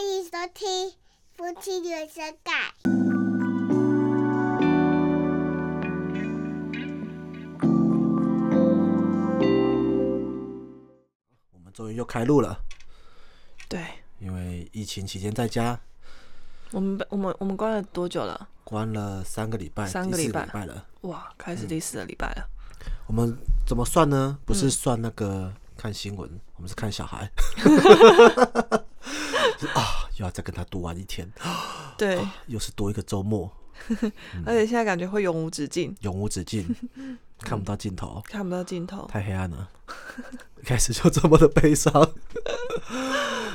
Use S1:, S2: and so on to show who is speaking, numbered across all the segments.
S1: 迎收听《夫妻原声带》。
S2: 我们终于又开录了，
S3: 对
S2: 因为疫情期间在家
S3: 我们被，我们我们关了多久了？
S2: 关了三个礼拜，
S3: 三
S2: 第
S3: 个
S2: 四
S3: 礼拜
S2: 礼拜了。
S3: 哇，开始
S2: 嗯
S3: 第四个礼拜了。
S2: 我们怎么算呢？不是算那个看新闻，我们是看小孩。就是啊，又要再跟他多玩一天，
S3: 对，
S2: 又是多一个周末，
S3: 而
S2: 嗯
S3: 且现在感觉会永无止境，
S2: 永无止境，看不到尽头，
S3: 看不到尽头。
S2: 太黑暗了。一开始就这么的悲伤。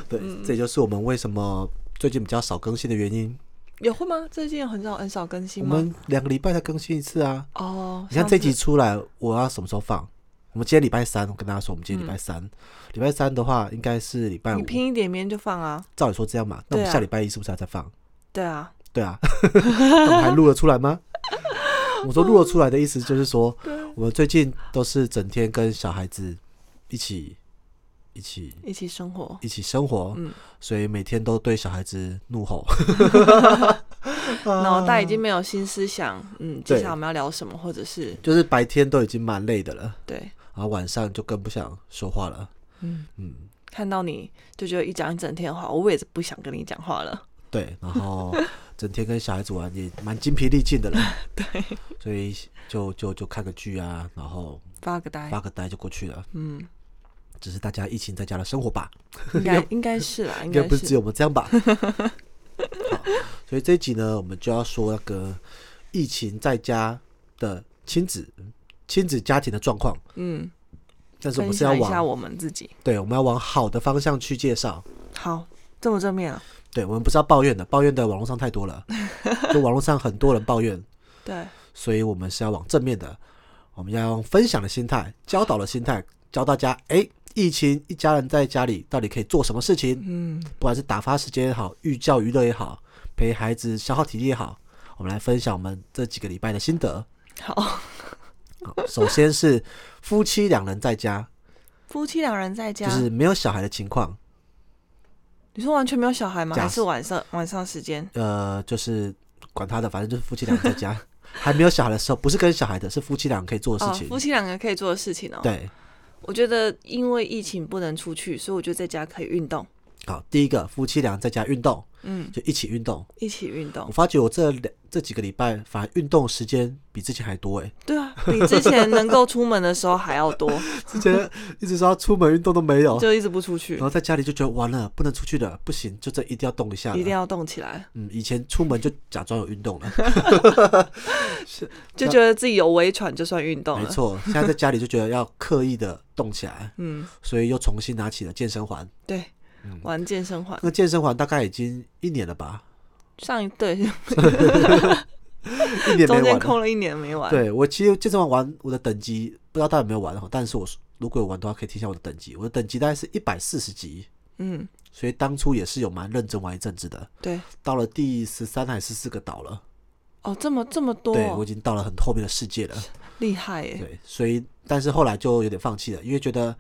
S2: 对，这也就是我们为什么最近比较少更新的原因。
S3: 有会吗？最近很少很少更
S2: 我
S3: 新吗？
S2: 们两个礼拜才更新一次啊。
S3: 哦，
S2: 你看
S3: 上
S2: 这集
S3: 次
S2: 出来，我要什么时候放？我们今天礼拜三，我跟大家说，我们今天礼拜三，礼、拜三的话应该是礼拜五
S3: 嗯你。拼一点，明天就放啊。
S2: 照理说这样嘛，那我
S3: 对
S2: 们
S3: 啊
S2: 下礼拜一是不是还在放？
S3: 对啊，
S2: 对啊， 那我们还录得出来 吗？我说录得出来的意思就是说，我们最近都是整天跟小孩子一起、一起、
S3: 一起生活。
S2: 一起生活，
S3: 嗯
S2: 所以每天都对小孩子怒吼。
S3: 脑袋已经没有新思想，嗯，接
S2: 对
S3: 下来我们要聊什么，或者是
S2: 就是白天都已经蛮累的了，
S3: 对，
S2: 然后晚上就更不想说话了。
S3: 看到你就觉得一讲一整天的话，我也是不想跟你讲话了。
S2: 对，然后整天跟小孩子玩也蛮精疲力尽的了，
S3: 对，
S2: 所以就就就看个剧啊，然后
S3: 发个呆
S2: 发，个呆就过去了。
S3: 嗯，
S2: 只是大家疫情在家的生活吧，
S3: 应该应该是啦，应
S2: 应该
S3: 该
S2: 不是只
S3: 是
S2: 有我们这 样吧。好，所以这一集呢，我们就要说那个疫情在家的亲子亲子家庭的状况，
S3: 嗯，
S2: 但是我
S3: 分
S2: 们是要
S3: 享一下
S2: 往
S3: 我们自己。
S2: 对我们要往好的方向去介绍。
S3: 好，这么正面啊？
S2: 对我们不是要抱怨的，抱怨的网络上太多 了，就网络上很多人抱怨，
S3: 对，
S2: 所以我们是要往正面的，我们要用分享的心态、教导的心态，教大家，哎、疫情一家人在家里到底可以做什么事情？
S3: 嗯，
S2: 不管是打发时间也好，寓教于乐也好，陪孩子消耗体力也好，我们来分享我们这几个礼拜的心得。
S3: 好。
S2: 好，首先是夫妻两人在家，
S3: 夫妻两人在家，
S2: 就是没有小孩的情况，
S3: 你说完全没有小孩吗？
S2: 假
S3: 还是晚上晚上时间？
S2: 呃，就是管他的，反正就是夫妻两人在 家，还没有小孩的时候，不是跟小孩的，是夫妻两人可以做的
S3: 哦
S2: 事，情。
S3: 夫妻两个人可以做的事情哦。，
S2: 对，
S3: 我觉得因为疫情不能出去，所以我觉得在家可以运动，
S2: 好，第一个夫妻两人在家运动，
S3: 嗯，
S2: 就一起运动。
S3: 一起运
S2: 我
S3: 动。
S2: 发觉我这两这几个礼拜，反而运动时间比之前还多哎。
S3: 对啊，比之前能够出门的时候还要 多，
S2: 之前一直说要出门运动都没有，
S3: 就一直不出去
S2: 然，后在家里就觉得完了，不能出去了，不行，就这一定要动一下了。
S3: 一定要动起来，
S2: 嗯，以前出门就假装有运 动了，
S3: 就觉得自己有微喘就算运动
S2: 没
S3: 了。
S2: 错。现在在家里就觉得要刻意的动起来，
S3: 嗯，
S2: 所以又重新拿起了健身环。
S3: 对，
S2: 嗯
S3: 玩健身环
S2: 那，个健身环大概已经一年了吧，
S3: 上一对
S2: 一年没
S3: 中间
S2: 玩了。
S3: 空了一年没玩。
S2: 对我其实健身环玩我的等级不知道大家有没有玩哈，但是我如果有玩的话，可以听一下我的等级。我的等级大概是一百四十级，
S3: 嗯，
S2: 所以当初也是有蛮认真玩一阵子的。
S3: 对，
S2: 到了第十三还是十四个岛了，
S3: 哦，这么这么多
S2: 对
S3: 哦，
S2: 我已经到了很后面的世界了。
S3: 厉害耶！
S2: 对，所以但是后来就有点放弃了，因为觉得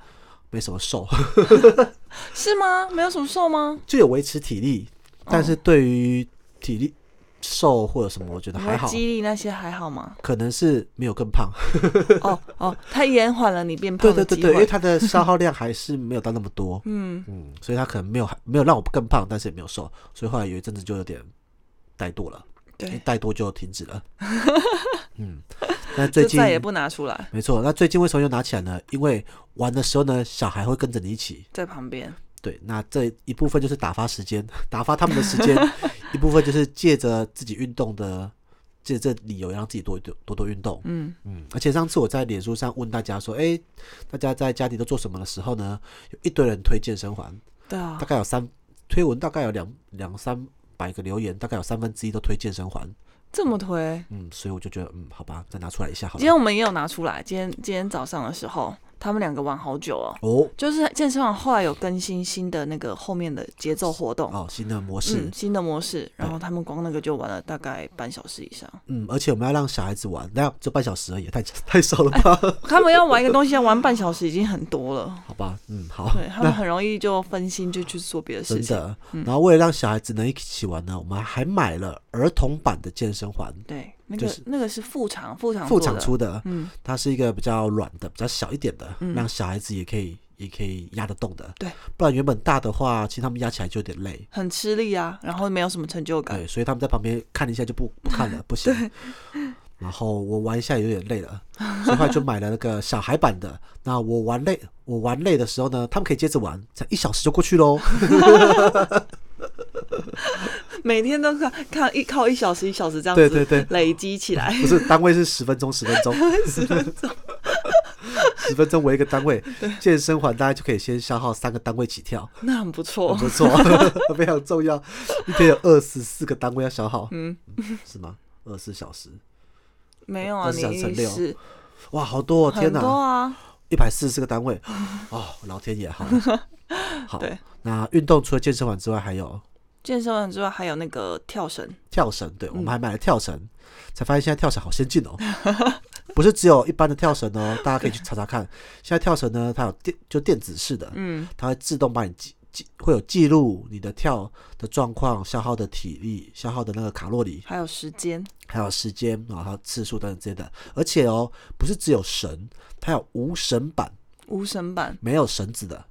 S2: 没什么瘦，
S3: 是吗？没有什么瘦吗？
S2: 就有维持体力，但是对于体力瘦或者什么，我觉得
S3: 你
S2: 还
S3: 说
S2: 好，
S3: 肌力那些还好吗？
S2: 可能是没有更胖。
S3: 哦哦，它延缓了你变
S2: 对
S3: 胖
S2: 对
S3: 的
S2: 对
S3: 机
S2: 对，因为
S3: 会。
S2: 它的消耗量还是没有到那么多，
S3: 嗯，
S2: 嗯，所以它可能没有没有让我更胖，但是也没有瘦，所以后来有一阵子就有点怠惰了，一
S3: 对，
S2: 怠惰就停止 了。嗯，那最
S3: 就
S2: 近
S3: 再也不拿出来，
S2: 没错，那最近为什么又拿起来呢？因为玩的时候呢，小孩会跟着你一起。
S3: 在旁边。
S2: 对，那这一部分就是打发时间， 打发他们的时 间；一部分就是借着自己运动的，借这理由让自己多多多多运动。
S3: 嗯，
S2: 嗯，而且上次我在脸书上问大家说，哎，大家在家里都做什么的时候呢？有一堆人推健身环，
S3: 对啊
S2: 大，概有三推文，大概有两两三百个留言，大概有三分之一都推健身环。
S3: 这么推。
S2: 嗯，所以我就觉得，嗯，好吧，再拿出来一下好
S3: 今天
S2: 了。
S3: 我们也有拿出来，今天今天早上的时候，他们两个玩好久哦。
S2: 哦
S3: 就是健身房后来有更新新的那个后面的节奏活动，
S2: 哦，新的模式
S3: 嗯，，新的模式，然后他们光那个就玩了大概半小时以上。
S2: 嗯，而且我们要让小孩子玩，那就半小时而已，太 太少了 吧？
S3: 他们要玩一个东西要玩半小时已经很多了，
S2: 好吧，嗯，好，
S3: 对嗯他们很容易就分心就去做别的事
S2: 真
S3: 情。
S2: 的。然后为了让小孩子能一起玩呢，我们还买了儿童版的健身环，
S3: 对，那
S2: 就
S3: 个
S2: 是
S3: 那个是副厂副厂
S2: 副
S3: 做
S2: 厂
S3: 的
S2: 出的，
S3: 嗯，
S2: 它是一个比较软的、比较小一点的，让小孩子也可以也可以压得动的。
S3: 对，
S2: 不然原本大的话，其实他们压起来就有点累。
S3: 很吃力啊，然后没有什么成就感。
S2: 对，哎所以他们在旁边看一下就不不看 了，不行。 然后我玩一下有点累了，所以后来就买了那个小孩版的。那我玩累，我玩累的时候呢，他们可以接着玩，才一小时就过去喽。
S3: 每天都看看一靠一小时一小时这样
S2: 对
S3: 子
S2: 对对
S3: 累积起来，
S2: 不是单位是十分钟，十分 钟，
S3: 十分 钟。
S2: 十分钟为一个单位。健身环大概就可以先消耗三个单位起跳，
S3: 那很不错
S2: 很。不 错， 非常重要。一天有二十四个单位要消耗，
S3: 嗯，
S2: 是吗？二十四小时，
S3: 没有啊，
S2: 24小时
S3: 你
S2: 六
S3: 是
S2: 哇，好多、哦！天
S3: 很多
S2: 哪，
S3: 啊，
S2: 一百四十个 单位，哦，老天爷，好了，好
S3: 对。
S2: 那运动除了健身环之外，还有
S3: 健身完之外还有那个跳绳，
S2: 跳绳，对
S3: 嗯
S2: 我们还买了跳绳，才发现现在跳绳好先进哦， 不是只有一般的跳绳 哦，大家可以去查查看。现在跳绳呢，它有电就电子式的，
S3: 嗯，
S2: 它会自动帮你记记，会有记录你的跳的状况、消耗的体力、消耗的那个卡路里，
S3: 还有时间，
S2: 还有时间啊，然后还有次数等等之类的。而且哦，不是只有绳，它有无绳版，
S3: 无绳版，
S2: 没有绳子的。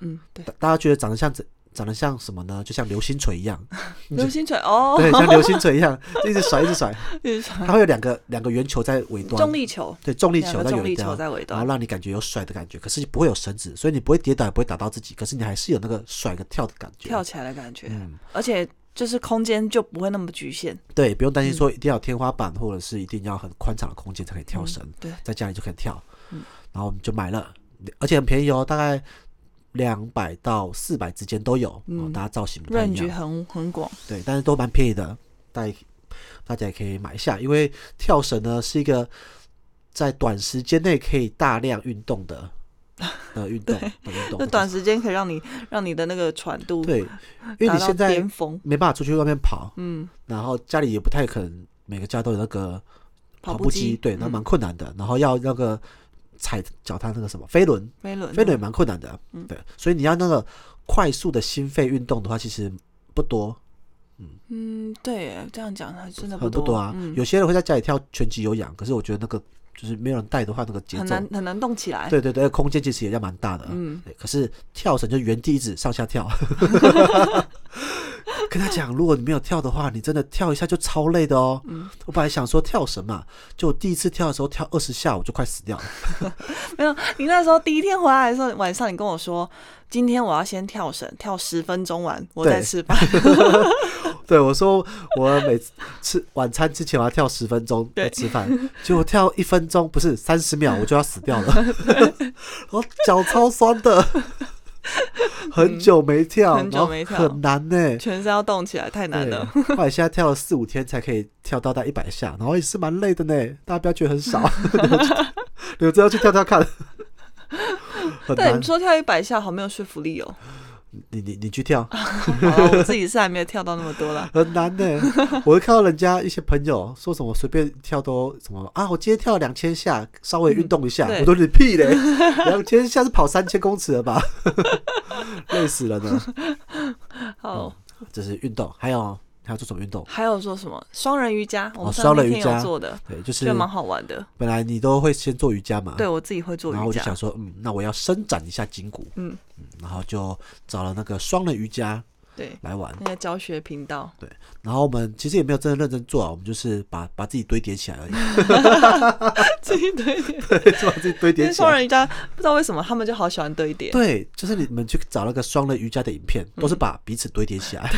S3: 嗯，对，
S2: 大大家觉得长得像怎？长得像什么呢？就像流星锤一 样，
S3: 流星锤哦，
S2: 对，像流星锤一样，就一直甩，一直甩。
S3: 就是说
S2: 它会有两个两个圆球在尾端，
S3: 重力球，
S2: 对重力
S3: 两
S2: 球
S3: 个
S2: 在
S3: 重
S2: 尾
S3: 力球
S2: 端，
S3: 在尾
S2: 然后
S3: 端，
S2: 让你感觉有甩的感觉，可是不会有绳子，所以你不会跌倒，也不会打到自己，可是你还是有那个甩跟跳的感觉。
S3: 跳起来的感觉，
S2: 嗯
S3: 而且就是空间就不会那么局限，
S2: 对，不用担心
S3: 嗯
S2: 说一定要有天花板，或者是一定要很宽敞的空间才可以跳绳，
S3: 嗯对，
S2: 在家里就可以跳。
S3: 嗯
S2: 然后我们就买了，而且很便宜哦，大概两百到四百之间都有。哦，大家造型不太一
S3: 嗯 range
S2: 样，
S3: 很很广，
S2: 对，但是都蛮便宜的，大家大家也可以买一下，因为跳绳呢是一个在短时间内可以大量运动 的。的运动，的运动，
S3: 那短时间可以让你让你的那个喘度
S2: 对，因为
S3: 达
S2: 你
S3: 到
S2: 现在
S3: 巅峰，
S2: 没办法出去外面跑，
S3: 嗯，
S2: 然后家里也不太可能每个家都有那个跑
S3: 步
S2: 步机，对，那
S3: 嗯
S2: 蛮困难的。然后要那个踩脚踏那个什么飞轮，
S3: 飞轮，
S2: 飞轮也蛮困难的，
S3: 嗯
S2: 对。所以你要那个快速的心肺运动的话，其实不多，
S3: 嗯，对耶，这样讲还真的
S2: 很不
S3: 多
S2: 多啊。
S3: 嗯，
S2: 有些人会在家里跳拳击有氧，可是我觉得那个就是没有人带的话，那个节
S3: 很
S2: 奏，
S3: 难很难动起来，
S2: 对对对，空间其实也要蛮大的，啊
S3: 嗯，
S2: 对，可是跳绳就原地一直上下跳。 跟他讲，如果你没有跳的话，你真的跳一下就超累的哦。
S3: 嗯
S2: 我本来想说跳绳嘛，就我第一次跳的时候跳二十下，我就快死掉了。
S3: 没有，你那时候第一天回来的时候，晚上你跟我说，今天我要先跳绳，跳十分钟完，我再
S2: 对
S3: 吃饭。
S2: 对我说，我每次吃晚餐之前我要跳十分钟
S3: 对
S2: 吃饭，结果跳一分钟不是三十秒，我就要死掉了， 然后脚超酸的，很久没跳，
S3: 嗯很久
S2: 然后
S3: 没跳
S2: 很难呢、
S3: 全身要动起来，太难
S2: 对，
S3: 了。
S2: 后来现在跳了四五天才可以跳到大一百下，然后也是蛮累的呢。大家不要觉得很 少， 你们真的要去跳跳看，很
S3: 对，
S2: 难
S3: 你。说跳一百下好没有说服力哦。
S2: 你你你去跳，
S3: 好了，我自己是还没有跳到那么多啦。
S2: 很难呢。 我会看到人家一些朋友说什么随便跳都什么啊，我今天跳两千下，稍微运动一下，
S3: 嗯对
S2: 我都觉得屁 嘞，两千下是跑三千公尺了吧？ 累死了呢。
S3: 好，
S2: 这是运动，还有还有做什么运动？
S3: 还有说什么双人瑜伽，我们
S2: 哦双
S3: 上
S2: 人
S3: 那
S2: 瑜
S3: 天
S2: 伽
S3: 有做的，
S2: 对，就是
S3: 觉得蛮好玩的。
S2: 本来你都会先做瑜伽嘛，
S3: 对我自己会做
S2: 然后
S3: 瑜
S2: 我就
S3: 伽
S2: 想，说，嗯，那我要伸展一下筋骨，
S3: 嗯
S2: 然后就找了那个双人瑜伽
S3: 对，
S2: 来玩。
S3: 那个教学 频道，
S2: 然后我们其实也没有真的认真做啊，我们就是把把自己堆叠起 来而已，
S3: 自己堆叠。
S2: 就把自己堆
S3: 因
S2: 叠
S3: 为
S2: 起
S3: 双
S2: 来。
S3: 人瑜伽不知道为什么他们就好喜欢堆叠，
S2: 对，就是你们去找那个双人瑜伽的影片，
S3: 嗯
S2: 都是把彼此堆叠起 来，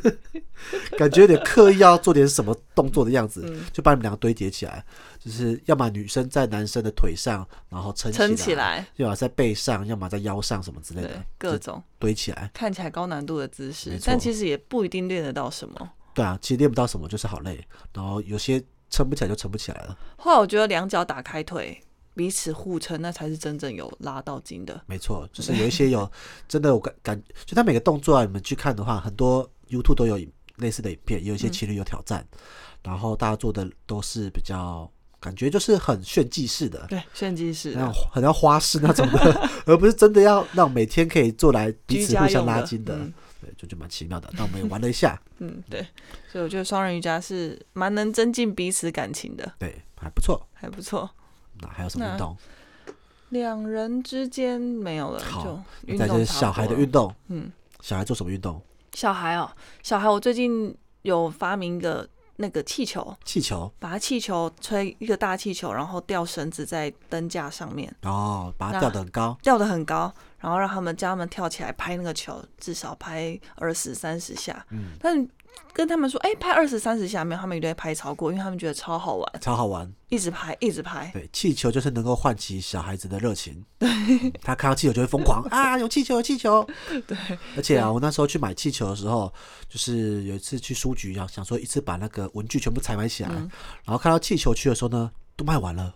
S2: 感觉有点刻意要做点什么动作的样子，
S3: 嗯
S2: 就把你们两个堆叠起来，就是要么女生在男生的腿上，然后撑
S3: 撑
S2: 起
S3: 起
S2: 来，
S3: 来，
S2: 要么在背上，要么在腰上什么之类
S3: 对
S2: 的，，
S3: 各
S2: 就
S3: 种
S2: 堆起来。
S3: 看起来高难度的姿
S2: 没
S3: 势，
S2: 错
S3: 但其实也不一定练得到什么。
S2: 对啊，其实练不到什么，就是好累，然后有些撑不起来就撑不起来了。
S3: 后来我觉得两脚打开腿彼此互撑，那才是真正有拉到筋的。
S2: 没 错，就是有一些有真的我感感，就他每个动作啊，你们去看的话，很多 YouTube 都有影类似的影片，也
S3: 嗯
S2: 有一些情侣有挑战，然后大家做的都是比较感觉就是很炫技式的，
S3: 对，炫技是
S2: 那种很要花式那种的， 而不是真的要让每天可以做来彼
S3: 居
S2: 此
S3: 家
S2: 互相
S3: 用
S2: 拉
S3: 的，
S2: 筋的，
S3: 嗯
S2: 对，就就蛮奇妙的。那我们也玩了一 下，
S3: 嗯，对，所以我觉得双人瑜伽是蛮能增进彼此感情的，
S2: 对，还不错。
S3: 还不错。
S2: 那还有什么运
S3: 那
S2: 动？
S3: 两人之间没有了，
S2: 好
S3: 就运
S2: 再就
S3: 动
S2: 是
S3: 差不
S2: 小孩的
S3: 多了
S2: 运动，
S3: 嗯，
S2: 小孩做什么运动？
S3: 小孩哦，小孩，我最近有发明一个那个气球，
S2: 气球，
S3: 把它气球吹一个大气球，然后吊绳子在灯架上面，
S2: 然后把它
S3: 那
S2: 吊得很高，
S3: 吊得很高，然后让他们叫他们跳起来拍那个球，至少拍二十三十下。嗯，但跟他们说，哎、拍二十三十下没有，他们一定会拍超过，因为他们觉得超好玩，
S2: 超好玩。
S3: 一直拍一直拍。
S2: 对，气球就是能够唤起小孩子的热 情。嗯他看到气球就会疯狂啊，有气球，有气球。
S3: 对，
S2: 而且啊，我那时候去买气球的时候，就是有一次去书局啊，想说一次把那个文具全部采买起来，
S3: 嗯
S2: 然后看到气球区的时候呢，都卖完 了，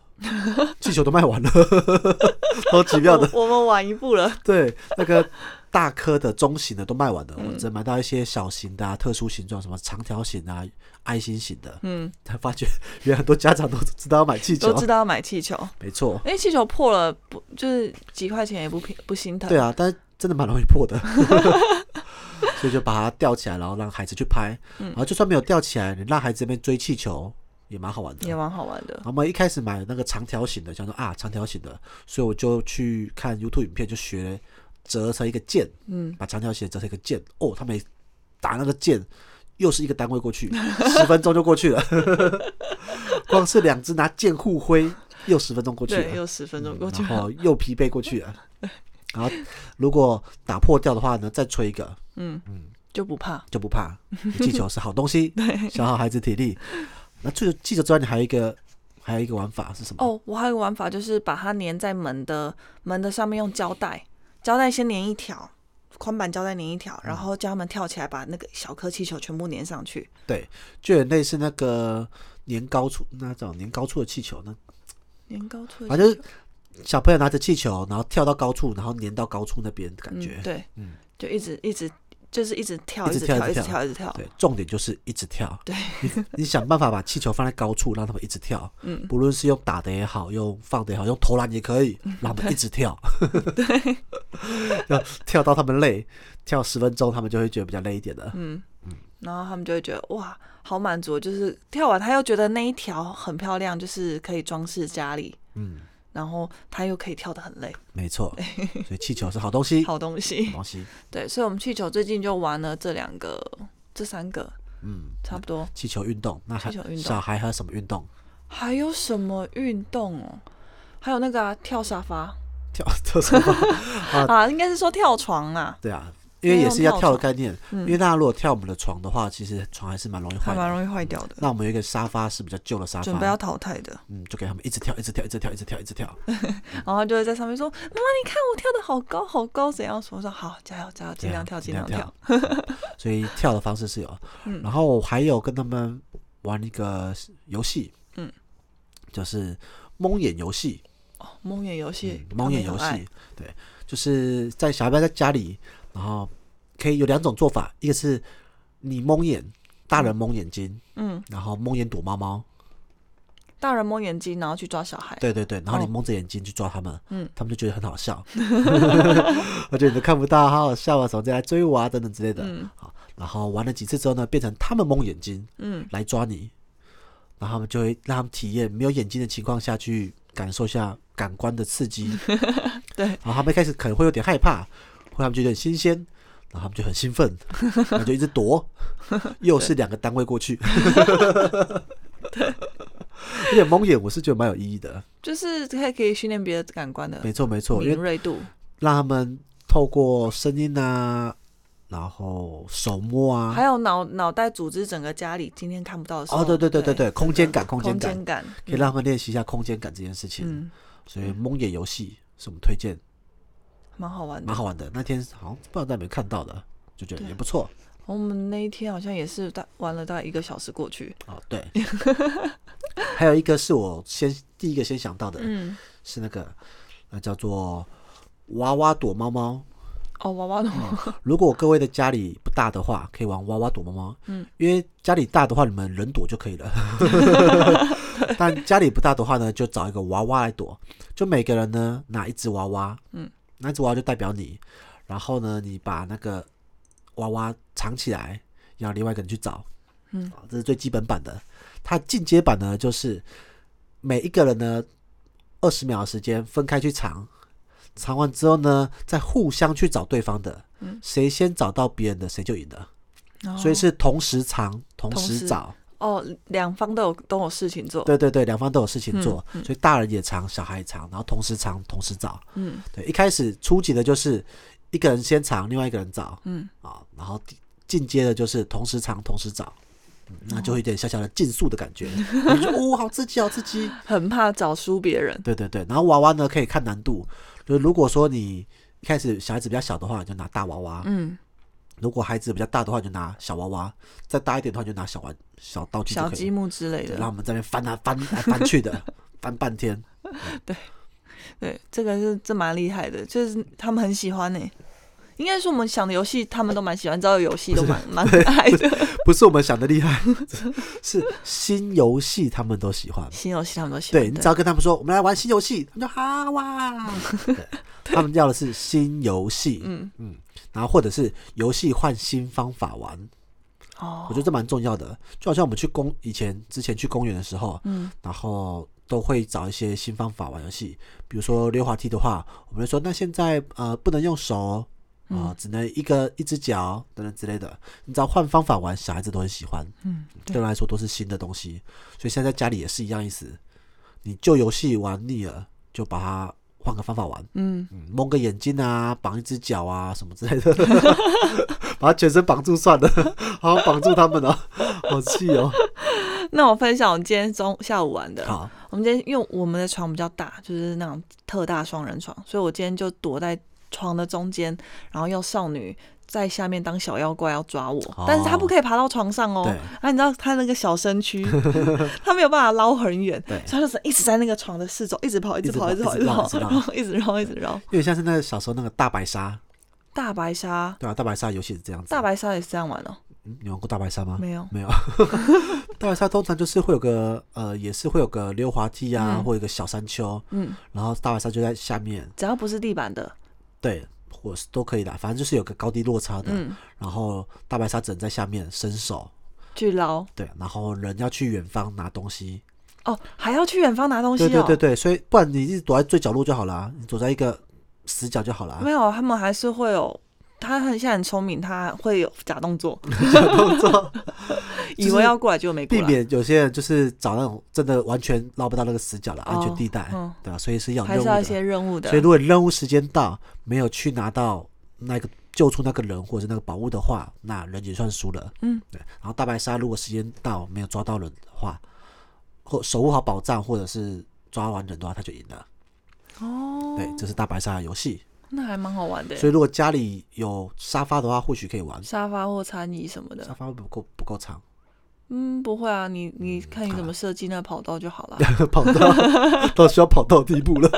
S2: 气球都卖完了， 超奇妙的。
S3: 我我们晚一步 了。
S2: 对，那个大颗的、中型的都卖完了，
S3: 嗯
S2: 我只买到一些小型的、啊、特殊形状，什么长条形啊、爱心型的。
S3: 嗯，
S2: 才发觉 原来很多家长都知道要买气球
S3: 都，知道要买气球。
S2: 没错。
S3: 哎，气球破了不就是几块钱也不平不心疼。
S2: 对啊，但是真的蛮容易破 的， 所以就把它吊起来，然后让孩子去拍。
S3: 嗯
S2: 然后就算没有吊起来，你让孩子这边追气球也蛮好玩的。
S3: 也蛮好玩的
S2: 然。后我们一开始买那个长条形的，想说啊长条形的，所以我就去看 YouTube 影片，就学折成一个箭，
S3: 嗯，
S2: 把长条形折成一个箭。哦，他们打那个箭，又是一个单位过去，十分钟就过去了。 光是两只拿剑互挥，又十分钟过去了嗯
S3: 对，。又十分钟过去
S2: 然
S3: 了。
S2: 后又疲惫过去了。然后如果打破掉的话呢，再吹一个
S3: 嗯就不怕。
S2: 就不怕。气球是好东西，消耗孩子体力。那除了气球之外，你还有一个还有一个玩法是什么？
S3: 哦，我还有个玩法，就是把它粘在门的门的上面，用胶带，胶带先粘一条，宽板胶带粘一条，
S2: 嗯
S3: 然后叫他们跳起来，把那个小颗气球全部粘上去。
S2: 对，就有点类似那个年高处那种年高处的气球呢，
S3: 粘高处的气球，
S2: 反正就是小朋友拿着气球，然后跳到高处，然后粘到高处那边的感觉
S3: 嗯、。对，
S2: 嗯
S3: 就一直一直就是一直跳，
S2: 一
S3: 一
S2: 直
S3: 直
S2: 跳
S3: 跳，
S2: 一
S3: 一
S2: 直
S3: 直跳，一直跳。
S2: 对，重点就是一直跳。
S3: 对
S2: 你，你想办法把气球放在高处，让他们一直跳。
S3: 嗯
S2: 不论是用打的也好，用放的也好，用投篮也可以，
S3: 嗯
S2: 让他们一直 跳。对，要 跳到他们累，跳十分钟，他们就会觉得比较累一点的。
S3: 嗯，然后他们就会觉得哇，好满足，就是跳完他又觉得那一条很漂亮，就是可以装饰家里，
S2: 嗯，
S3: 然后他又可以跳得很 累，
S2: 没错。所以气球是好东西，好
S3: 好东西。
S2: 东西。
S3: 对，所以我们气球最近就玩了这两个、这三个，
S2: 嗯，
S3: 差不多。
S2: 气球运动，那还
S3: 气球运动
S2: 小孩还有什么运动？
S3: 还有什么运动哦？还有那个啊，跳沙发
S2: 跳跳什么？
S3: 啊，应该是说跳床啊，
S2: 对 啊。因为也是要跳的概念，
S3: 嗯
S2: 因为大家如果跳我们的床的话，其实床还是蛮容易坏
S3: 还蛮
S2: 的。
S3: 容易坏掉的，
S2: 那我们有一个沙发是比较旧的沙发，
S3: 准备要淘汰的。
S2: 嗯，就给他们一直跳，一直跳，一直跳，一直跳，一直 跳，
S3: 然后就会在上面说：“妈妈，你看我跳的好高，好高，怎样？”我说：“好，加油，加油，尽量
S2: 啊
S3: 跳，尽量跳。。
S2: 所以跳的方式是有，
S3: 嗯
S2: 然后我还有跟他们玩一个游戏，
S3: 嗯，
S2: 就是蒙眼游戏，”
S3: 蒙眼游戏，他
S2: 嗯蒙
S3: 们
S2: 眼
S3: 也
S2: 游
S3: 很爱
S2: 戏，对，就是在小孩不要在家里，然后可以有两种做法，一个是你蒙眼，大人蒙眼睛，
S3: 嗯，
S2: 然后蒙眼躲猫猫，
S3: 大人蒙眼睛，然后去抓小孩。
S2: 对对对，然后你
S3: 哦
S2: 蒙着眼睛去抓他们，
S3: 嗯，
S2: 他们就觉得很好 笑，而且你都看不到，好好笑啊，什么在来追我啊，等等之类的。
S3: 嗯
S2: 好，然后玩了几次之后呢，变成他们蒙眼睛
S3: 嗯，
S2: 来抓你，然后他们就会让他们体验没有眼睛的情况下去感受一下感官的刺激，
S3: 对
S2: 然后他们一开始可能会有点害怕，或他们觉得很新鲜。然后他们就很兴奋，然后就一直 躲，又是两个单位过去， 而且蒙眼我是觉得蛮有意义的，
S3: 就是还可以训练别的感官的
S2: 没错没错，因
S3: 敏
S2: 为
S3: 锐度。
S2: 让他们透过声音啊，然后手摸
S3: 还
S2: 啊，
S3: 有脑脑袋组织整个家里今天看不到的时候，嗯
S2: 哦，对对对对对，空间感，空
S3: 空
S2: 间感，
S3: 间感，
S2: 可以让他们练习一下空间感这件事情。
S3: 嗯，
S2: 所以蒙眼游戏是我们推荐，
S3: 蛮好玩的
S2: 蛮。好玩的。那天好像不知道在没看到的，就觉得
S3: 对
S2: 也不错
S3: 我们那一天好像也是大玩了大概一个小时过去，
S2: 哦。对，还有一个是我先第一个先想到的，
S3: 嗯，
S2: 是那个那叫做娃娃躲猫猫。
S3: 哦，娃娃的
S2: 如果各位的家里不大的话，可以玩娃娃躲猫猫。嗯，因为家里大的话，你们人躲就可以了。 但家里不大的话呢，就找一个娃娃来躲。就每个人呢拿一只娃娃，嗯，拿一只娃娃就代表你。然后呢，你把那个娃娃藏起来，让另外一个人去找。
S3: 嗯
S2: 啊，这是最基本版的。它进阶版呢，就是每一个人呢二十秒的时间分开去藏，藏完之后呢，再互相去找对方的，谁先找到别人的谁就赢了。
S3: 哦
S2: 所以是同时藏，同
S3: 同
S2: 时
S3: 时
S2: 找。
S3: 哦，两方都有都有事情做。
S2: 对对对，两方都有事情做，所以大人也藏，小孩也藏，然后同时藏，同时找。
S3: 嗯，
S2: 对，一开始初级的就是一个人先藏，另外一个人找。
S3: 嗯，
S2: 啊，然后进进阶的就是同时藏，同时找。嗯
S3: 哦
S2: 那就会有点小小的竞速的感觉，你就哦，好刺激，好刺激！
S3: 很怕找输别人。
S2: 对对对，然后娃娃呢可以看难度，就是如果说你一开始小孩子比较小的话，你就拿大娃娃；
S3: 嗯，
S2: 如果孩子比较大的话，你就拿小娃娃；再大一点的话，你就拿小玩小道具就
S3: 小
S2: 可以
S3: 积
S2: 了。
S3: 木之类
S2: 对然后
S3: 的。
S2: 我们这边翻啊翻来翻去的，翻半天。
S3: 对，这个是这蛮厉害的，就是他们很喜欢呢、应该说我们想的游戏，他们都蛮喜欢，这个游戏都蛮蛮爱的。
S2: 不是我们想的厉害，是新游戏他们都喜欢。
S3: 新游戏他们都喜欢。
S2: 对你只要跟他们说，我们来玩新游戏，他们就哈哇。对他们要的是新游戏，嗯嗯，然后或者是游戏换新方法玩。
S3: 哦
S2: 我觉得这蛮重要的，就好像我们去公以前之前去公园的时候，嗯，然后都会找一些新方法玩游戏，比如说溜滑梯的话，我们就说那现在呃不能用手哦啊、只能一个一只脚等等之类的，你只要换方法玩，小孩子都很喜欢，
S3: 嗯，
S2: 对他们来说都是新的东西，所以现在在家里也是一样意思，你旧游戏玩腻了，就把它换个方法玩，
S3: 嗯，
S2: 嗯，蒙个眼睛啊，绑一只脚啊，什么之类的， 把他全身绑住算了， 好像绑住他们哦， 好气哦。
S3: 那我分享我今天中下午玩的。
S2: 好，
S3: 我们今天因为我们的床比较大，就是那种特大双人床，所以我今天就躲在床的中间，然后用少女在下面当小妖怪要抓我，
S2: 哦
S3: 但是她不可以爬到床上哦
S2: 对。
S3: 啊，你知道她那个小身 躯，她没有办法捞很远，所
S2: 对
S3: 以她就是一直在那个床的四周一直跑，一直跑，
S2: 一
S3: 直
S2: 直
S3: 跑，
S2: 跑
S3: 一直跑
S2: 一直，绕
S3: 然后一直绕，一直绕。
S2: 有点像是那个小时候那个大白鲨，
S3: 大白鲨，
S2: 对啊，大白鲨游戏是这样子。
S3: 大白鲨也是这样玩哦。
S2: 嗯，你玩过大白鲨吗？
S3: 没有
S2: 没有。 大白鲨通常就是会有个呃，也是会有个溜滑梯啊，
S3: 嗯
S2: 或一个小山丘，
S3: 嗯，
S2: 然后大白鲨就在下面，
S3: 只要不是地板的，
S2: 对，或是都可以的，反正就是有个高低落差的。
S3: 嗯，
S2: 然后大白鲨只能在下面伸手，
S3: 去捞
S2: 对，然后人要去远方拿东西，
S3: 哦，还要去远方拿东西
S2: 对
S3: 哦。
S2: 对对对，所以不然你一直躲在最角落就好啦，你躲在一个死角就好啊啦
S3: 没。有，他们还是会有。他很现在很聪明，他会有假 动作， 以为要过来就没过
S2: 避
S3: 来。
S2: 免有些人就是找那种真的完全捞不到那个死角的安全地带，
S3: 哦嗯
S2: 对吧、所以是要有
S3: 还
S2: 任务
S3: 是要
S2: 的。
S3: 一些任务的
S2: 所以。如果任务时间到，没有去拿到那个救出那个人或者是那个宝物的话，那人也算输了。
S3: 嗯，
S2: 对。然后大白鲨如果时间到没有抓到人的话，或守护好宝藏或者是抓完人的话，他就赢了。
S3: 哦，
S2: 对，这是大白鲨的游戏。
S3: 那还蛮好玩的耶。
S2: 所以如果家里有沙发的话，或许可以玩。
S3: 沙发或餐椅什么
S2: 沙
S3: 的，
S2: 发会不够不够长，
S3: 嗯，不会啊，你你
S2: 嗯
S3: 看你怎
S2: 啊
S3: 么设计那跑道就好了。
S2: 跑到到需要跑到地步了。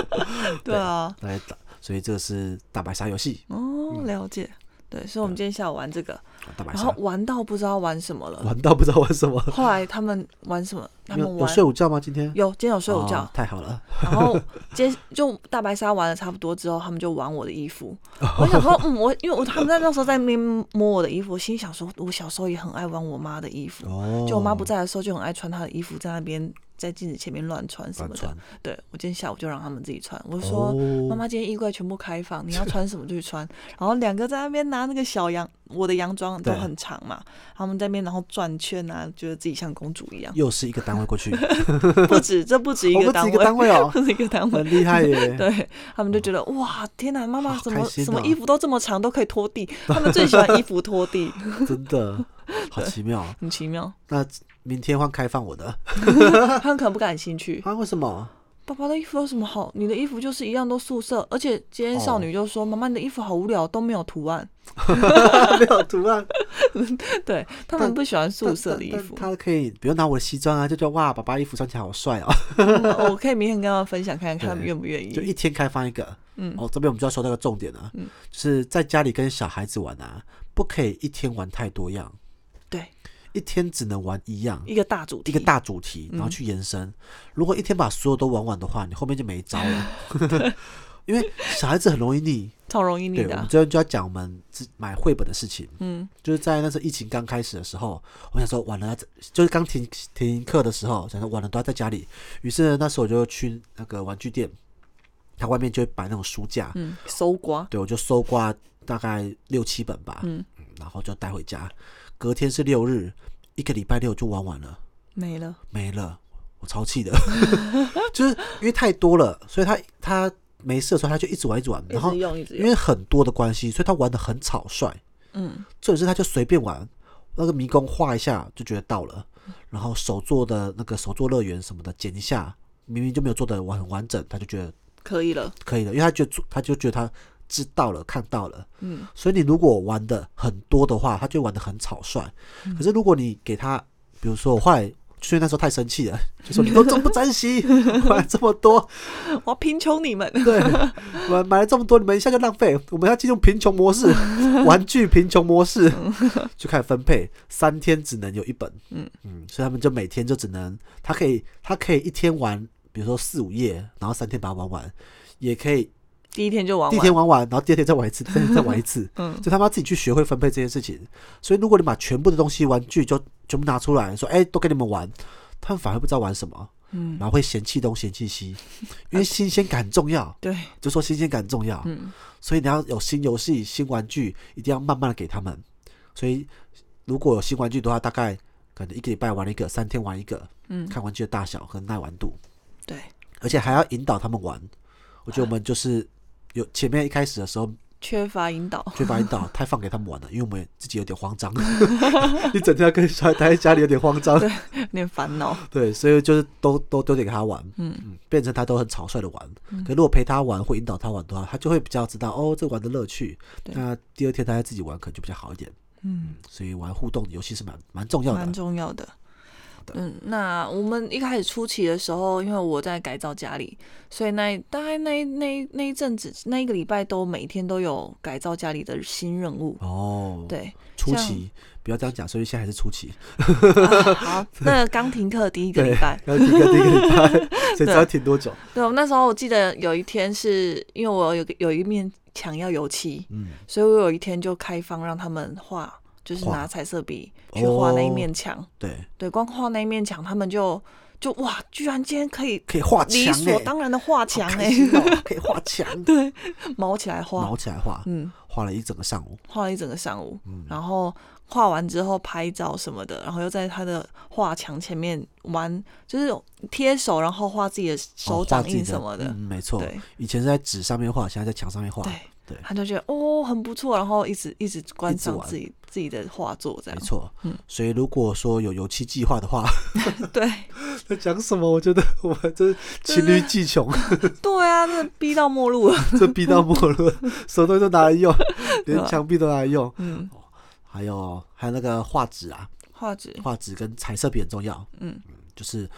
S3: 对啊，
S2: 来打，所以这个是大白鲨游戏，
S3: 哦，
S2: 嗯
S3: 了解。对，所以我们今天下午玩这个，
S2: 大白
S3: 然
S2: 鲨
S3: 后玩到不知道玩什么了。
S2: 玩到不知道玩什么。
S3: 后来他们玩什么？他
S2: 有
S3: 们
S2: 有
S3: 玩
S2: 睡午觉吗？今天
S3: 有今天有睡午觉
S2: 哦，太好了。
S3: 然后接就大白鲨玩的差不多之后，他们就玩我的 衣服。我想说，嗯，我因为我他们在那时候在那边摸我的衣服，我心里想说，我小时候也很爱玩我妈的衣服，
S2: 哦，
S3: 就我妈不在的时候就很爱穿她的衣服，在那边在镜子前面乱穿什
S2: 乱
S3: 么的
S2: 传。。
S3: 对我今天下午就让他们自己穿，我就说、
S2: 哦
S3: 妈妈今天衣柜全部开放，你要穿什么就去穿。然后两个在那边拿那个小洋，我的洋装都
S2: 对。
S3: 很长嘛，他们在那边然后转圈啊，觉得自己像公主一样
S2: 又是一个单位过去，
S3: 不止，这不止一
S2: 我
S3: 个
S2: 们
S3: 单
S2: 几
S3: 位，
S2: 个单位哦
S3: ，不止一个单位
S2: 很。厉害耶。
S3: 对他们就觉得哇，天哪，妈妈
S2: 嗯好
S3: 怎么、
S2: 开心
S3: 什么
S2: 哦
S3: 衣服都这么长，都可以 拖地，他们最喜欢衣服拖地，
S2: 真的好奇妙。哦
S3: 很奇妙。
S2: 那明天换开放我的
S3: 他们可能不感兴趣，
S2: 啊？为什么？
S3: 爸爸的衣服有什么好？你的衣服就是一样都素色，而且今天
S2: 哦
S3: 少女就说：“妈妈，你的衣服好无聊，都没有图案。
S2: 没有图案，
S3: 对”他们不喜欢素色的衣
S2: 但
S3: 服。
S2: 他可以，比如拿我的西装啊，就觉得哇，爸爸衣服穿起来好帅哦。
S3: 嗯我可以明天跟他们分享，看看他们
S2: 对
S3: 愿不愿
S2: 就
S3: 意。
S2: 一天开放一个。嗯，哦，这边我们就要说到一个重点了，
S3: 嗯
S2: 就是在家里跟小孩子玩啊，不可以一天玩太多样，
S3: 对，
S2: 一天只能玩一样，
S3: 一嗯个大主题，
S2: 一个大主题，然后去延伸。如果一天把所有都玩完的话，你后面就没招 了， 因为小孩子很容易腻。
S3: 超容易腻
S2: 对，
S3: 的
S2: 我们
S3: 啊。
S2: 这边就要讲我们自买绘本的事情。
S3: 嗯，
S2: 就是在那时候疫情刚开始的时候，我想说完了要在，就是刚停停课的时候，想说完了都要在家里。于是呢，那时候我就去那个玩具店，它外面就会摆那种书架，
S3: 嗯，搜刮，
S2: 对我就搜刮大概六七本吧，
S3: 嗯，
S2: 然后就带回家。隔天是六日，一个礼拜六就玩完了，
S3: 没了。
S2: 没了，我超气的， 就是因为太多了，所以他他没事的时候他就一直玩一直玩，
S3: 一
S2: 然后
S3: 直用，一直
S2: 因
S3: 用。
S2: 为很多的关系，所以他玩的很草率。
S3: 嗯，
S2: 重点是他就随便玩，那个迷宫画一下就觉得到了，然后手做的那个手做乐园什么的剪一下，明明就没有做的完很完整，他就觉得
S3: 可以了。
S2: 可以了，因为他觉得做他就觉得他知道了看到了，
S3: 嗯，
S2: 所以你如果玩的很多的话，他就玩的很草率。
S3: 嗯
S2: 可是如果你给他，比如说我后来。所以那时候太生气了，就说你都这么不珍 惜，玩这么多，
S3: 我要贫穷你们。
S2: 对，买买了这么多，你们一下就浪费。我们要进入贫穷模 式，玩具贫穷模式，就开始分配，三天只能有一本。
S3: 嗯
S2: 所以他们就每天就只能，他可以他可以一天玩，比如说四五页，然后三天把它玩完，也可以
S3: 第一天就玩
S2: 第一
S3: 完
S2: 天。玩完，然后第二天再玩一 次，第三天再玩一次。
S3: 嗯，
S2: 就他妈自己去学会分配这件事情。所以如果你把全部的东西玩具就全部拿出来说，哎、都给你们玩，他们反而不知道玩什么。
S3: 嗯
S2: 然后会嫌弃东嫌弃西，因为新鲜感很重要。
S3: 对，
S2: 就说新鲜感重要，
S3: 嗯，
S2: 所以你要有新游戏、新玩具，一定要慢慢的给他们。所以如果有新玩具的话，大概可能一个礼拜玩一个，三天玩一个，
S3: 嗯
S2: 看玩具的大小和耐玩度，
S3: 对，
S2: 而且还要引导他们玩。我觉得我们就是有前面一开始的时候
S3: 缺乏引导。
S2: 缺乏引导，太放给他们玩了，因为我们自己有点慌 张， 一整天要跟小孩待在家里有点慌张，
S3: 有点烦恼。
S2: 对，所以就是都都丢点给他玩，
S3: 嗯
S2: 嗯，变成他都很草率的玩。可如果陪他玩或引导他玩的话，他就会比较知道哦，这个玩的乐趣。
S3: 对
S2: 那第二天他再自己玩，可能就比较好一点。
S3: 嗯，
S2: 所以玩互动游戏是蛮蛮重要
S3: 蛮
S2: 的。
S3: 重要的。
S2: 的
S3: 嗯，那我们一开始初期的时候，因为我在改造家里，所以那大概那那那一阵子，那一个礼拜都每天都有改造家里的新任务。
S2: 哦，，
S3: 对，
S2: 初
S3: 像
S2: 期不要这样讲，所以现在还是初期。
S3: 啊好，那刚停课的第一个礼
S2: 对，
S3: 拜，
S2: 要停个第一个礼拜，谁知道停多久？
S3: 对，我那时候我记得有一天是因为我有个有一面墙要油漆，
S2: 嗯，
S3: 所以我有一天就开放让他们画，就是
S2: 画哦
S3: 拿彩色笔去画那一面墙。
S2: 对，
S3: 对，光画那一面墙，他们就就哇，居然今天可以
S2: 可以画
S3: 理
S2: 墙
S3: 所
S2: 哎，
S3: 当然的画墙
S2: 好
S3: 哎、
S2: 开心哦可以画墙，
S3: 对， 啊毛起来画，
S2: 毛起来画，
S3: 嗯，
S2: 画了一整个上午。
S3: 画了一整个上午，
S2: 嗯
S3: 然后画完之后拍照什么的，然后又在他的画墙前面玩，就是贴手，然后画自己的
S2: 哦
S3: 手
S2: 画
S3: 掌
S2: 自己
S3: 印什么
S2: 嗯，没错。
S3: 对
S2: 以前是在纸上面画，现在在墙上面画。
S3: 对。
S2: 对
S3: 他就觉得哦很不错，然后一直一直观赏
S2: 玩
S3: 自己自己的画作，这
S2: 没
S3: 样嗯
S2: 错，所以如果说有油漆计划的 话，
S3: 对
S2: 在讲什么？我觉得我们这
S3: 啊
S2: 黔驴技穷，
S3: 对啊，这逼到末路了。
S2: 这逼到没 落，什么东西都拿来用，连
S3: 对啊
S2: 墙壁都拿来用。
S3: 嗯，
S2: 还有还有那个画纸啊，
S3: 画纸，
S2: 画纸跟彩色笔很重要。
S3: 嗯
S2: 就是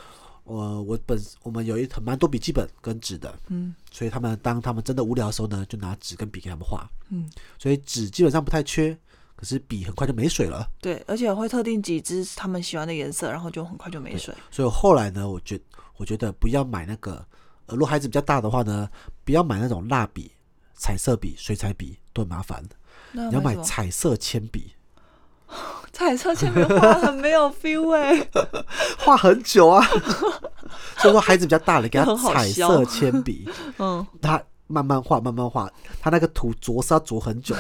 S2: 呃我我本我们有一很蛮多笔记本跟纸的，
S3: 嗯
S2: 所以他们当他们真的无聊的时候呢，就拿纸跟笔给他们画。
S3: 嗯，
S2: 所以纸基本上不太缺，可是笔很快就没水了。
S3: 对，而且会特定几支他们喜欢的颜色，然后就很快就没水。
S2: 所以我后来呢，我觉我觉得不要买那个，呃，如果孩子比较大的话呢，不要买那种蜡笔、彩色笔、水彩笔都很麻烦，
S3: 那
S2: 你要买
S3: 嗯什么
S2: 彩色铅笔，
S3: 彩色铅笔画很没有 feel 哎、
S2: 画很久 啊。所以说孩子比较大了，给他
S3: 很好
S2: 彩
S3: 笑
S2: 色铅笔，
S3: 嗯，
S2: 他慢慢画，慢慢画，他那个图着是要着很久。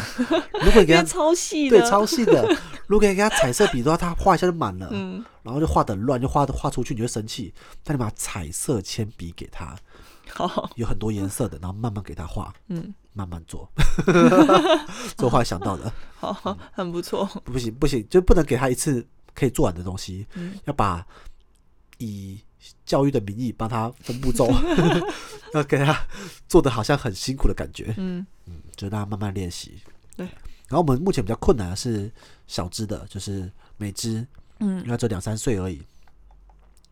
S2: 如果你给
S3: 因
S2: 他
S3: 为超细的，
S2: 对超细的，如果你给他彩色笔的话，他画一下就满了。
S3: 嗯，
S2: 然后就画的乱，就画的画出去你就生气。但你把彩色铅笔给他，
S3: 好，
S2: 有很多颜色的，然后慢慢给他画，
S3: 嗯，
S2: 慢慢做。 这话想到的，
S3: 好，很不错，
S2: 不行不行，就不能给他一次可以做完的东西，
S3: 嗯
S2: 要把以教育的名义帮他分步 骤， 要给他做的好像很辛苦的感觉，
S3: 嗯，
S2: 就让他慢慢练习。
S3: 对
S2: 然后我们目前比较困难的是小只的，就是美只，
S3: 嗯，
S2: 因为只有两三岁而已，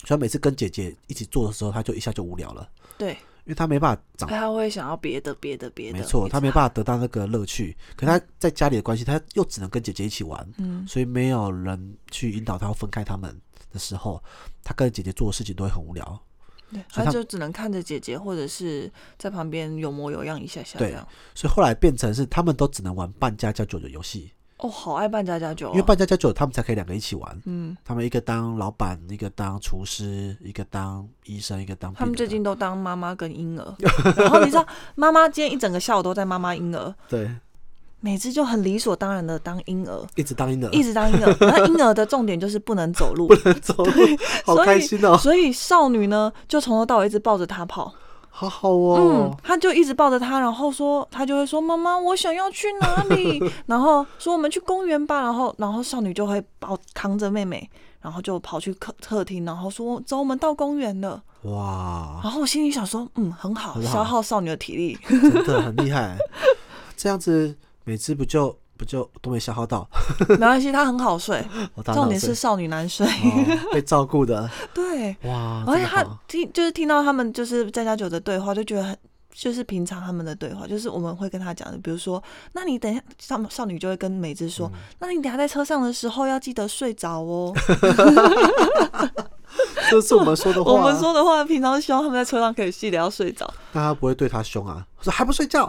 S2: 所以每次跟姐姐一起做的时候，她就一下就无聊了，
S3: 对，
S2: 因为她没办法长
S3: 他会想要别的别的别的，嗯
S2: 没错，他没
S3: 法，
S2: 办法得到那个乐趣。可他在家里的关系，他又只能跟姐姐一起玩，
S3: 嗯
S2: 所以没有人去引导他或分开他们的时候，他跟姐姐做的事情都会很无聊。
S3: 对，
S2: 所以他
S3: 他就只能看着姐姐，或者是在旁边有模有样一下下这
S2: 对
S3: 样。
S2: 所以后来变成是他们都只能玩半家家酒的游戏，
S3: 哦，好爱扮家家酒、哦，
S2: 因为半家家酒他们才可以两个一起玩。
S3: 嗯，
S2: 他们一个当老板，一个当厨师，一个当医生，一个当
S3: 他们
S2: 病
S3: 最
S2: 人
S3: 近都当妈妈跟婴 儿，然后你知道，妈妈今天一整个下午都在妈妈婴儿，
S2: 对
S3: 每次就很理所当然的当婴 儿，
S2: 一直当婴儿，
S3: 一直当婴儿。那婴儿的重点就是不能走 路，
S2: 走路，好
S3: 所以
S2: 开心哦，
S3: 所以少女呢就从头到尾一直抱着他跑，
S2: 好好
S3: 嗯
S2: 哦，，
S3: 他就一直抱着他，然后说他就会说妈妈，我想要去哪里， 然后说我们去公园吧，然后然后少女就会抱扛着妹妹，然后就跑去客客厅，然后说走，我们到公园了。
S2: 哇，
S3: 然后我心里想说，嗯，很好，
S2: 啊很好
S3: 消耗少女的体力。
S2: 真的很厉 害。这样子每次不就不就都没消耗 到？
S3: 没关系，她很好睡，
S2: 我大脑
S3: 重点是少女难睡。
S2: 哦被照顾的，
S3: 对，
S2: 哇！
S3: 而
S2: 真
S3: 且
S2: 的
S3: 她
S2: 啊好
S3: 听就是听到他们就是在家酒的对话，就觉得很。就是平常他们的对话，就是我们会跟她讲的，比如说，那你等一下，少少女就会跟美智说，
S2: 嗯
S3: 那你等一下在车上的时候要记得睡 着哦。
S2: 这是我们说的话啊。
S3: 我们说的话，平常希望他们在车上可以细聊睡 着，
S2: 那他不会对他凶啊？说还不睡觉，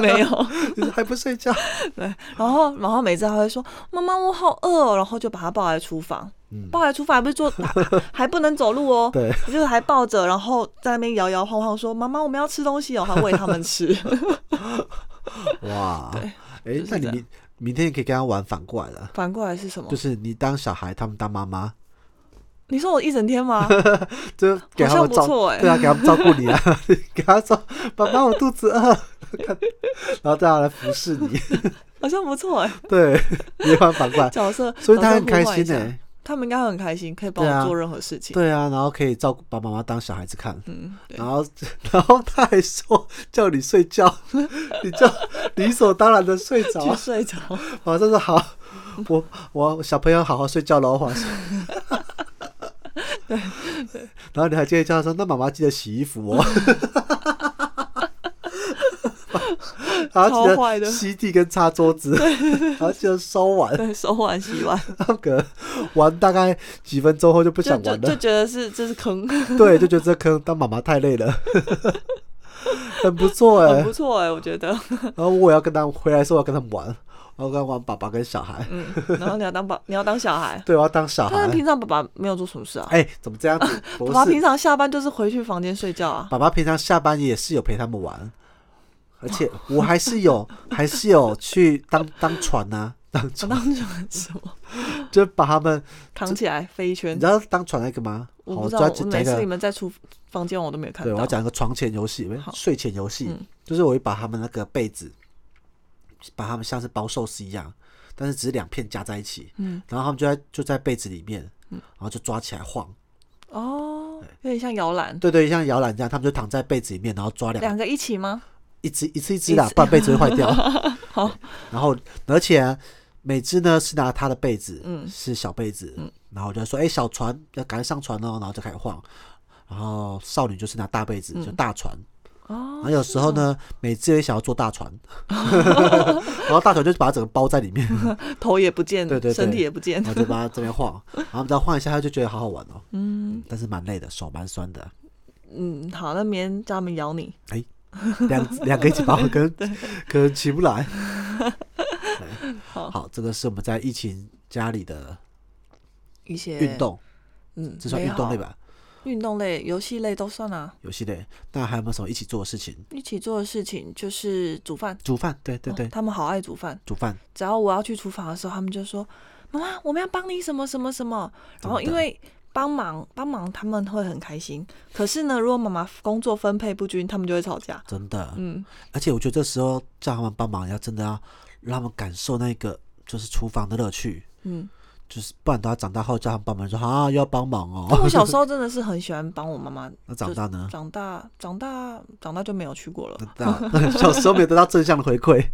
S3: 没有。
S2: 就是还不 睡觉。
S3: 对，然后然后每次还会说：“妈妈，我好饿哦。”然后就把她抱来厨房，
S2: 嗯
S3: 抱来厨房还不是坐， 还还不能走路哦，
S2: 对，
S3: 就是还抱着，然后在那边摇摇晃晃说：“妈妈，我们要吃东西哦。”还喂他们吃。
S2: 哇！
S3: 对
S2: 哎
S3: 就是，
S2: 那你
S3: 这样哦
S2: 明明天也可以跟他玩反过来了，
S3: 反过来是什么
S2: 就？是你当小孩，他们当妈妈，
S3: 你说我一整天 吗？
S2: 就给他
S3: 好像
S2: 们
S3: 不
S2: 照
S3: 错哎
S2: 对啊，给他们照顾你啊， 给他照，爸爸我肚子饿，看 然后再来服侍你，
S3: 好像不错哎，
S2: 对， 你玩反过来，
S3: 角色。
S2: 所以他
S3: 角色
S2: 很开
S3: 互换一
S2: 心
S3: 下
S2: 哎、
S3: 他们应该会很开心，可以帮
S2: 对啊
S3: 我做任何事情。
S2: 对啊，然后可以照顾把妈妈当小孩子看，
S3: 嗯，对
S2: 然后 然后他还说叫你睡觉， 你就理所当然的睡 着啊
S3: 去。睡着。
S2: 我真的好，我我小朋友好好睡觉喽， 华生。然后你还接着叫他说：“那妈妈记得洗衣服 哦。”然后
S3: 超坏
S2: 记
S3: 的
S2: 得吸地跟擦桌子， 然后记得收碗，
S3: 对，手腕洗完，
S2: 那个玩大概几分钟后就不
S3: 就
S2: 想
S3: 就
S2: 玩
S3: 就
S2: 了。
S3: 觉得是这 是坑，
S2: 对，就觉得这坑当妈妈太累了， 很不错哎、
S3: 很不错哎，我觉得。
S2: 然后我也要跟他们回来的时候，我要跟他们玩，我要跟他们玩爸爸跟小孩，
S3: 嗯，然后你要当爸，你要当小孩。
S2: 对，我要当小孩
S3: 但是。平常爸爸没有做什么事啊，
S2: 哎、怎么这样子？不
S3: 爸爸平
S2: 是，
S3: 常下班就是回去房间睡觉啊。
S2: 爸爸平常下班也是有陪他们玩，而且我还是 有，还是有去当当船呐、当
S3: 我
S2: 船
S3: 当时玩什 么？
S2: 就把他们，
S3: 扛起来飞一圈
S2: 你知。道当船那个吗？
S3: 我
S2: 好
S3: 不知
S2: 就
S3: 道，
S2: 要
S3: 我
S2: 讲
S3: 每
S2: 一
S3: 次你
S2: 个，
S3: 们在厨房间我都没有看
S2: 对，我要
S3: 到。
S2: 讲一个床前游戏，
S3: 好
S2: 睡前游戏，
S3: 嗯
S2: 就是我会把他们那个被子，把他们像是包寿司一样，但是只是两片夹在一起，
S3: 嗯，
S2: 然后他们就在就在被子里面，然后就抓起来晃，
S3: 哦，有点像摇篮，
S2: 对对，像摇篮这样，他们就躺在被子里面，然后抓两
S3: 两个一起吗？
S2: 一只一只一
S3: 一
S2: 只啦
S3: 只，
S2: 不然被子会坏掉。
S3: 好
S2: 对，然后而且啊、每只呢是拿它的被子，
S3: 嗯
S2: 是小被子，
S3: 嗯
S2: 然后我就说，哎、小船要赶快上船哦，然后就开始晃。然后少女就是拿大被子，
S3: 嗯
S2: 就大船。然
S3: 哦，
S2: 后有时候呢，每只也想要坐大 船， 然后大船就是把它整个包在里面，
S3: 头也不见，
S2: 对对对
S3: 身体也不见
S2: 然。后就把它这边晃，然后只要晃一下，它就觉得好好玩哦。
S3: 嗯
S2: 但是蛮累的，手蛮酸的。
S3: 嗯，好，那明天叫他们咬你。
S2: 两两个一起跑，可 能可能起不来。对
S3: 好
S2: 好，这个是我们在疫情家里的
S3: 一些
S2: 运，动，
S3: 嗯，
S2: 这算运动类
S3: 美好？
S2: 吧？
S3: 运动类、游戏类都算啊。
S2: 游戏类。那还有没有什么一起做的事情？
S3: 一起做的事情就是煮饭。
S2: 煮饭，对对
S3: 哦
S2: 对，
S3: 他们好爱煮饭。
S2: 煮饭。
S3: 只要我要去厨房的时候，他们就说：“妈妈，我们要帮你什么什么什么。”然后
S2: 真的
S3: 因为帮忙帮忙，他们会很开心。可是呢，如果妈妈工作分配不均，他们就会吵架。
S2: 真的，
S3: 嗯，
S2: 而且我觉得这时候叫他们帮忙，要真的要让他们感受那个就是厨房的乐趣。
S3: 嗯，
S2: 就是不然等他长大后叫他们帮忙，说啊要帮忙
S3: 但 我
S2: 哦。
S3: 小时候真的是很喜欢帮我妈妈
S2: 。那长大呢
S3: 就长大，长大，长大就没有去过 了。
S2: 那小时候没有得到正向的回馈，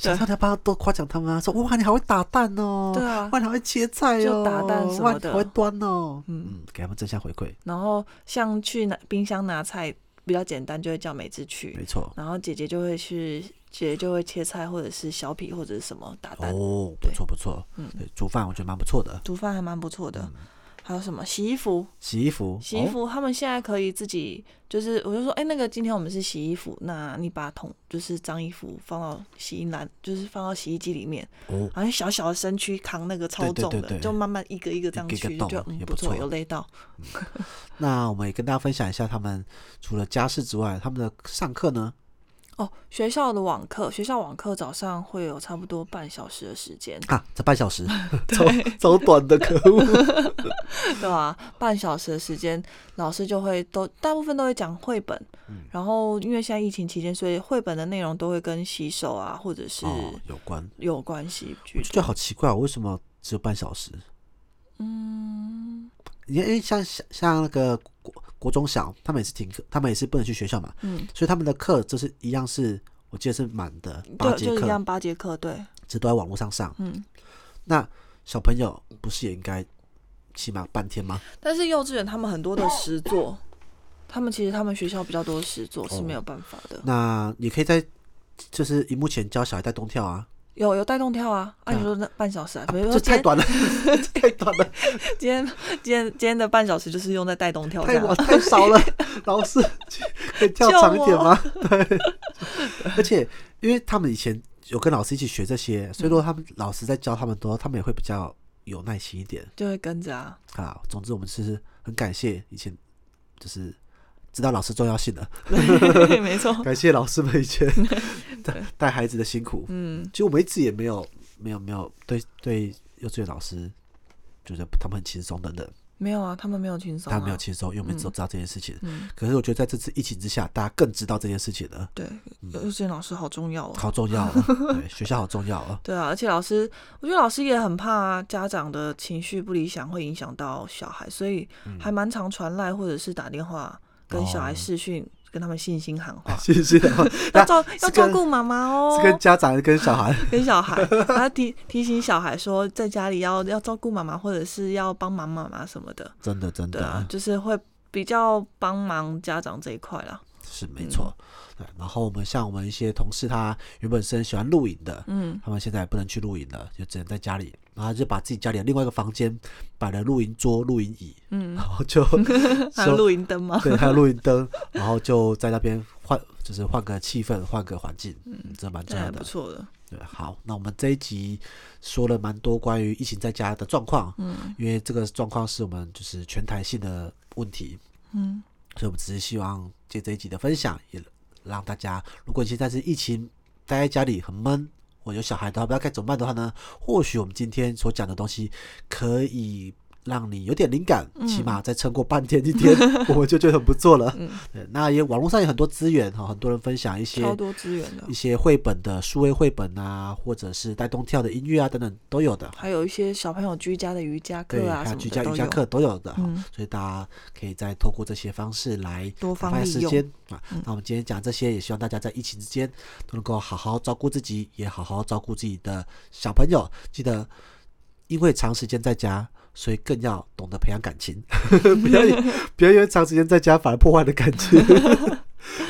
S3: 对啊
S2: 想大家帮他多夸奖他们啊，说哇你好会打蛋哦，
S3: 对啊
S2: 哇你好会切菜哦，
S3: 就打蛋什么
S2: 哇你
S3: 的
S2: 好会端哦，
S3: 嗯
S2: 嗯，给他们正向回馈，
S3: 然后像去拿冰箱拿菜比较简单，就会叫梅子去，
S2: 没错。
S3: 然后姐姐就会去，姐姐就会切菜或者是削皮或者是什么打蛋。
S2: 哦，不
S3: 对
S2: 错不错，
S3: 嗯
S2: 对，煮饭我觉得蛮不错的。
S3: 煮饭还蛮不错
S2: 嗯
S3: 的。还有什么洗衣服？
S2: 洗衣服，
S3: 洗衣服，他们现在可以自己，就是我就说，哎、那个今天我们是洗衣服，那你把桶就是脏衣服放到洗衣篮，就是放到洗衣机里面，
S2: 哦，哦
S3: 好像小小的身躯扛那个超重的，
S2: 对对对对
S3: 就慢慢一个一个这样
S2: 一个一
S3: 去，
S2: 个
S3: 就
S2: 动
S3: 嗯
S2: 也不
S3: 不错，
S2: 错
S3: 有累到。
S2: 那我们也跟大家分享一下，他们除了家事之外，他们的上课呢？，
S3: 哦，学校的网课，学校网课早上会有差不多半小时的时间
S2: 啊，才半小 时，超超短的，可恶。
S3: 对啊？半小时的时间，老师就会都大部分都会讲绘本，
S2: 嗯
S3: 然后因为现在疫情期间，所以绘本的内容都会跟洗手啊，或者 是
S2: 哦，有关，
S3: 有关系居
S2: 我就觉
S3: 多。
S2: 得好奇怪哦，为什么只有半小时？
S3: 嗯，
S2: 因为因为像像像那个国国中小，他们也是停课，他们也是不能去学校嘛，
S3: 嗯，
S2: 所以他们的课就是一样是，我记得是满的八
S3: 就
S2: 节
S3: 就一
S2: 课
S3: 样，八节课，对，
S2: 这都在网络上上。
S3: 嗯。
S2: 那小朋友不是也应该起码半天吗？
S3: 但是幼稚园他们很多的实作，他们其实他们学校比较多的实作是没有办法的。
S2: 哦那也可以在就是荧幕前教小孩带动跳啊，
S3: 有有带动跳啊，按
S2: 对啊
S3: 你说那半小时啊，
S2: 啊
S3: 比如
S2: 这
S3: 说今
S2: 太
S3: 天
S2: 短了， 这太短了，
S3: 今天今天今天的半小时就是用在带动跳
S2: 太
S3: 上
S2: 晚。太少 了。老师可以跳长一点吗？对，而且因为他们以前有跟老师一起学这些，所以
S3: 嗯
S2: 说他们老师在教他们多，他们也会比较有耐心一点
S3: 就会跟 着啊，
S2: 啊。总之，我们是很感谢以前就是知道老师重要性的，
S3: 没错，
S2: 感谢老师们以 前带带孩子的辛苦。
S3: 嗯，
S2: 其实我们一直也没有没有没有对对幼稚园老师。就是他们很轻松等等，
S3: 没有啊，他们没有轻松、啊，
S2: 他们没有轻松，因为我们一直都知道这件事情。
S3: 嗯，
S2: 可是我觉得在这次疫情之下，大家更知道这件事情了，
S3: 对，幼稚园老师好重要哦。
S2: 嗯好重要了，对，学校好重要哦 了。
S3: 对啊，而且老师，我觉得老师也很怕、家长的情绪不理想会影响到小孩，所以还蛮常传赖或者是打电话跟小孩
S2: 嗯哦，
S3: 视讯，跟他们信心喊话
S2: 谢谢。哦
S3: 要
S2: 那
S3: 照
S2: 是
S3: 要照
S2: 跟
S3: 顾妈妈哦
S2: 是，跟家长跟小孩，
S3: 跟 小孩，然后提提醒小孩说在家里要要照顾妈妈，或者是要帮忙妈妈什么的，
S2: 真的真
S3: 对啊
S2: 的，
S3: 就是会比较帮忙家长这一块啦。
S2: 是没
S3: 嗯
S2: 错。对，然后我们像我们一些同事，他原本是很喜欢露营的，
S3: 嗯，
S2: 他们现在也不能去露营了，就只能在家里，然后他就把自己家里的另外一个房间摆了露营桌、露营椅，嗯，然后就
S3: 还
S2: 说
S3: 有露营灯吗？
S2: 对，还有露营灯，然后就在那边换，就是换个气氛，换个环境，嗯，这蛮
S3: 这
S2: 重要
S3: 样还
S2: 的
S3: 不。错的。
S2: 对，好，那我们这一集说了蛮多关于疫情在家的状况，嗯，因为这个状况是我们就是全台性的问题，
S3: 嗯，
S2: 所以我们只是希望借这一集的分享，也让大家，如果你现在是疫情待在家里很闷，或有小孩的话，不知道该怎么办的话呢，或许我们今天所讲的东西可以。让你有点灵感，起码再撑过半天一天， 我就觉得很不错了。对，那也网络上有很多资源哈，很多人分享一些
S3: 嗯超多资源的
S2: 一，些绘本的数位绘本啊，或者是带动跳的音乐啊等等都有的。
S3: 还有一些小朋友居家的瑜伽
S2: 对，
S3: 课啊
S2: 还
S3: 什
S2: 有
S3: 么
S2: 居
S3: 的
S2: 家
S3: 都
S2: 瑜伽
S3: 有。
S2: 课都有的哈、
S3: 嗯
S2: 所以大家可以再透过这些方式来
S3: 多
S2: 打
S3: 方
S2: 发
S3: 利
S2: 时
S3: 用嗯
S2: 间啊。那我们今天讲这些，也希望大家在疫情之间都能够好好照顾自己，也好好照顾自己的小朋友。记得，因为长时间在家，所以更要懂得培养感 情，不要以不要因为长时间在家反而破坏了感 情。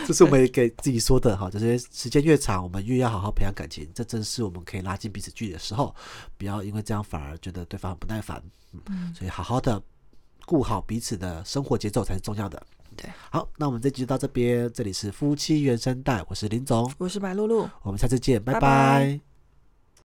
S2: 这是我们也给自己说的哈，就是时间越长，我们越要好好培养感情，这正是我们可以拉近彼此距离的时候。不要因为这样反而觉得对方很不耐烦，嗯，所以好好的顾好彼此的生活节奏才是重要的。
S3: 对，
S2: 好，那我们这集就到这边，这里是夫妻原声带，我是林总，
S3: 我是白露露。
S2: 我们下次见，拜
S3: 拜拜
S2: 拜